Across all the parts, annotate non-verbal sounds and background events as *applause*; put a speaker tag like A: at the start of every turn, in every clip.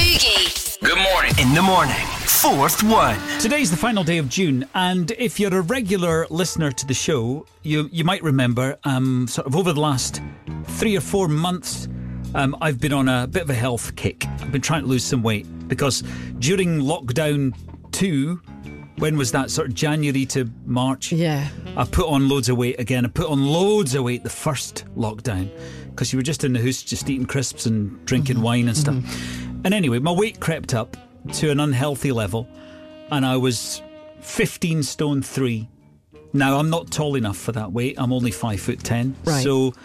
A: Boogie.
B: Good morning.
C: In the morning, fourth one.
D: Today's the final day of June, and if you're a regular listener to the show, you you might remember um, sort of over the last three or four months, um, I've been on a bit of a health kick. I've been trying to lose some weight because during lockdown two, when was that sort of January to March?
E: Yeah.
D: I put on loads of weight again. I put on loads of weight the first lockdown because you were just in the house, just eating crisps and drinking
E: Mm-hmm.
D: wine and stuff. And anyway, my weight crept up to an unhealthy level, and I was 15 stone three. Now I'm not tall enough for that weight. I'm only five foot ten.
E: Right.
D: So,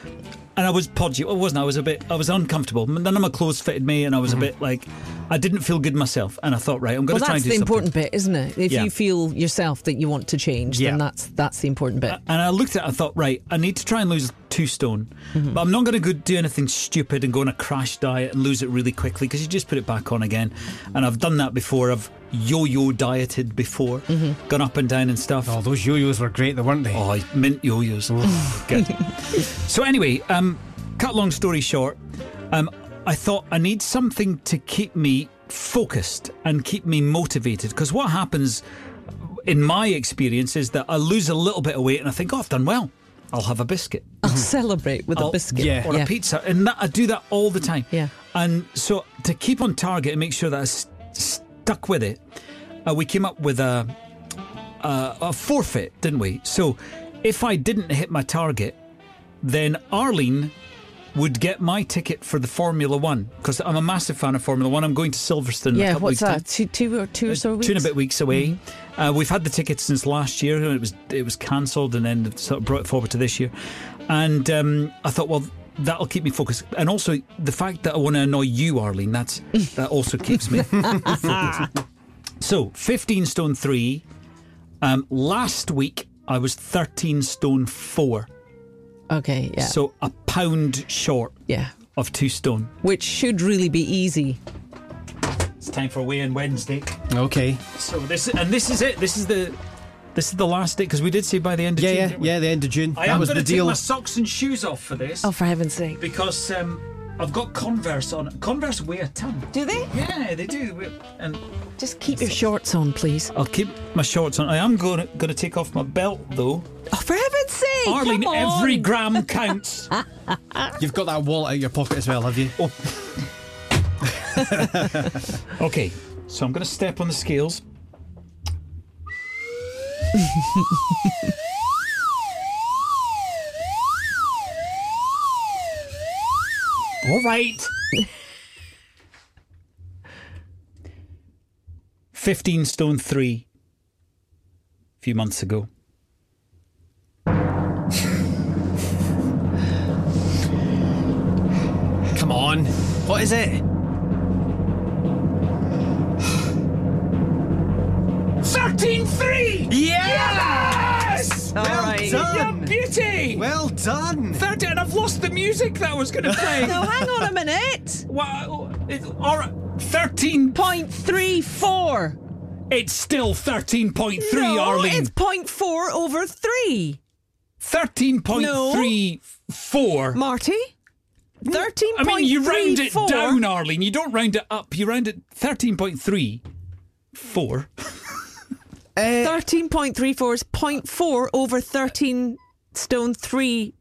D: and I was podgy. Well, I wasn't. I was a bit. I was uncomfortable. None of my clothes fitted me, and I was a bit like, I didn't feel good myself. And I thought, right, I'm
E: Mm-hmm. Well,
D: going to try
E: that's
D: and do
E: the
D: something.
E: important bit, isn't it? If
D: Yeah.
E: you feel yourself that you want to change,
D: Yeah.
E: then that's that's the important bit.
D: And I looked at it and thought, right, I need to try and lose two stone.
E: Mm-hmm.
D: But I'm not going to go do anything stupid and go on a crash diet and lose it really quickly because you just put it back on again. And I've done that before. I've yo yo dieted before,
E: Mm-hmm.
D: gone up and down and stuff.
F: Oh, those yo-yos were great, though, weren't they?
D: Oh, mint yo-yos. *laughs* Good. so anyway, um, cut long story short, um, I thought I need something to keep me focused and keep me motivated because what happens in my experience is that I lose a little bit of weight and I think, oh, I've done well. I'll have a biscuit
E: *laughs* I'll celebrate with
D: I'll-
E: a biscuit
F: yeah.
D: or a pizza, and that, I do that all the time.
E: Yeah.
D: And so to keep on target and make sure that I s- stuck with it, uh, we came up with a, a a forfeit, didn't we? So if I didn't hit my target, then Arlene would get my ticket for the Formula One because I'm a massive fan of Formula One. I'm going to Silverstone. in a
E: Yeah,
D: couple
E: what's
D: weeks' time.
E: that? Two, two or two or so weeks. Mm-hmm.
D: Two and a bit weeks away. Uh, we've had the tickets since last year, and it was it was cancelled, and then they've sort of brought it forward to this year. And um, I thought, well, that'll keep me focused, and also the fact that I want to annoy you, Arlene,
E: *laughs*
D: that's that also keeps me focused. So, fifteen stone three. Um, last week I was thirteen stone four,
E: Okay, yeah,
D: so a pound short
E: yeah.
D: of two stone.
E: Which should really be easy.
D: It's time for weigh in Wednesday.
F: Okay.
D: So this and this is it. This is the this is the last day because we did say by the end of
F: Yeah,
D: June.
F: yeah,
D: didn't we?
F: yeah. The end of June.
D: I
F: that
D: am
F: was
D: going
F: the
D: to take
F: deal.
D: my socks and shoes off for this
E: Oh, for heaven's sake!
D: because um, I've got Converse on. Converse weigh a ton.
E: Do they?
D: Yeah, they do. We- And
E: Just keep your shorts on, please.
D: I'll keep my shorts on. I am going to, going to take off my belt though.
E: Oh, for heaven's sake!
D: Arlene,
E: come on.
D: every gram counts.
F: You've got that wallet out of your pocket as well, have you? Oh,
D: okay, so I'm going to step on the scales. *laughs* All right. 15 stone 3 a few months ago.
F: come on. What is it?
D: 13 3!
F: Yes!
E: All
F: well
E: right.
F: done.
D: Beauty!
F: Well done.
D: 13, and I've lost the music that I was going to *laughs* play.
E: Now, hang on a minute.
D: Wow, it's all right. 13.
E: Point three four.
D: It's still 13.3,
E: no,
D: Arlene.
E: it's point four over three.
D: 13.34.
E: Marty, thirteen.
D: I mean, you round it down, Arlene. You don't round it up. You round it 13.34.
E: Thirteen point three four is point four over thirteen stone three.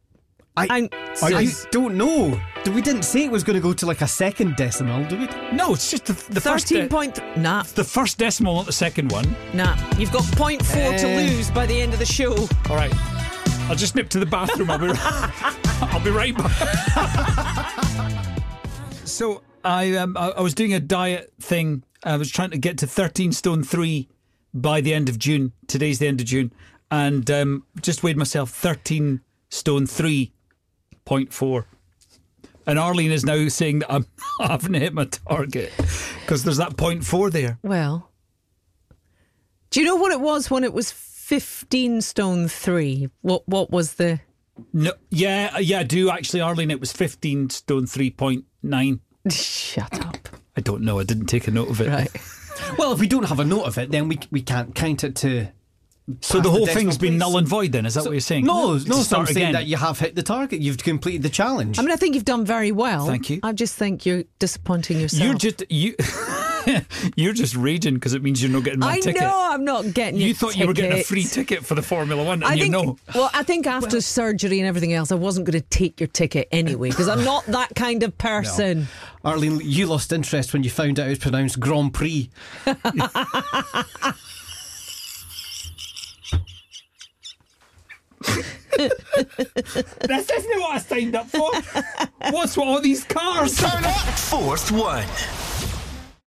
F: I,
E: I'm
F: I don't know. We didn't say it was going to go to like a second decimal, did we?
D: No, it's just the, the first. de-
E: thirteen point th- nah
D: the first decimal, not the second one.
E: nah. You've got point four to
F: Eh.
E: lose by the end of the show.
D: All right. I'll just nip to the bathroom. I'll be, I'll be right *laughs* back. so I, um, I I was doing a diet thing. I was trying to get to 13 stone 3 by the end of June. Today's the end of June. And um, just weighed myself 13 stone 3.4. And Arlene is now saying that I'm, *laughs* I haven't hit my target because there's that point four there.
E: Well, do you know what it was when it was fifteen stone three? What what was the?
D: No, yeah, yeah, I do actually, Arlene. It was 15 stone 3.9.
E: Shut up.
D: I don't
E: *laughs*
D: know. I didn't take a note of it.
E: Right.
F: Well, if we don't have a note of it, then we we can't count it to
D: So the
F: past
D: whole
F: decimal
D: thing's been
F: place.
D: null and void. Then is that what you're saying?
F: No,
D: To
F: no, so I'm
D: start
F: saying
D: again.
F: that you have hit the target. You've completed the challenge.
E: I mean, I think you've done very well.
D: Thank you.
E: I just think you're disappointing yourself.
D: You're just you. *laughs* you're just raging because it means you're not getting my
E: I
D: ticket.
E: know I'm not getting.
D: You
E: your
D: thought you were getting a free
E: tickets.
D: ticket for the Formula One, and
E: I
D: you
E: think. *laughs*
D: know.
E: Well, I think after surgery and everything else, I wasn't going to take your ticket anyway because I'm not that kind of person.
F: Arlene, you lost interest when you found out it was pronounced Grand Prix.
D: This *laughs* isn't what I signed up for. What's with all these cars?
C: Fourth one.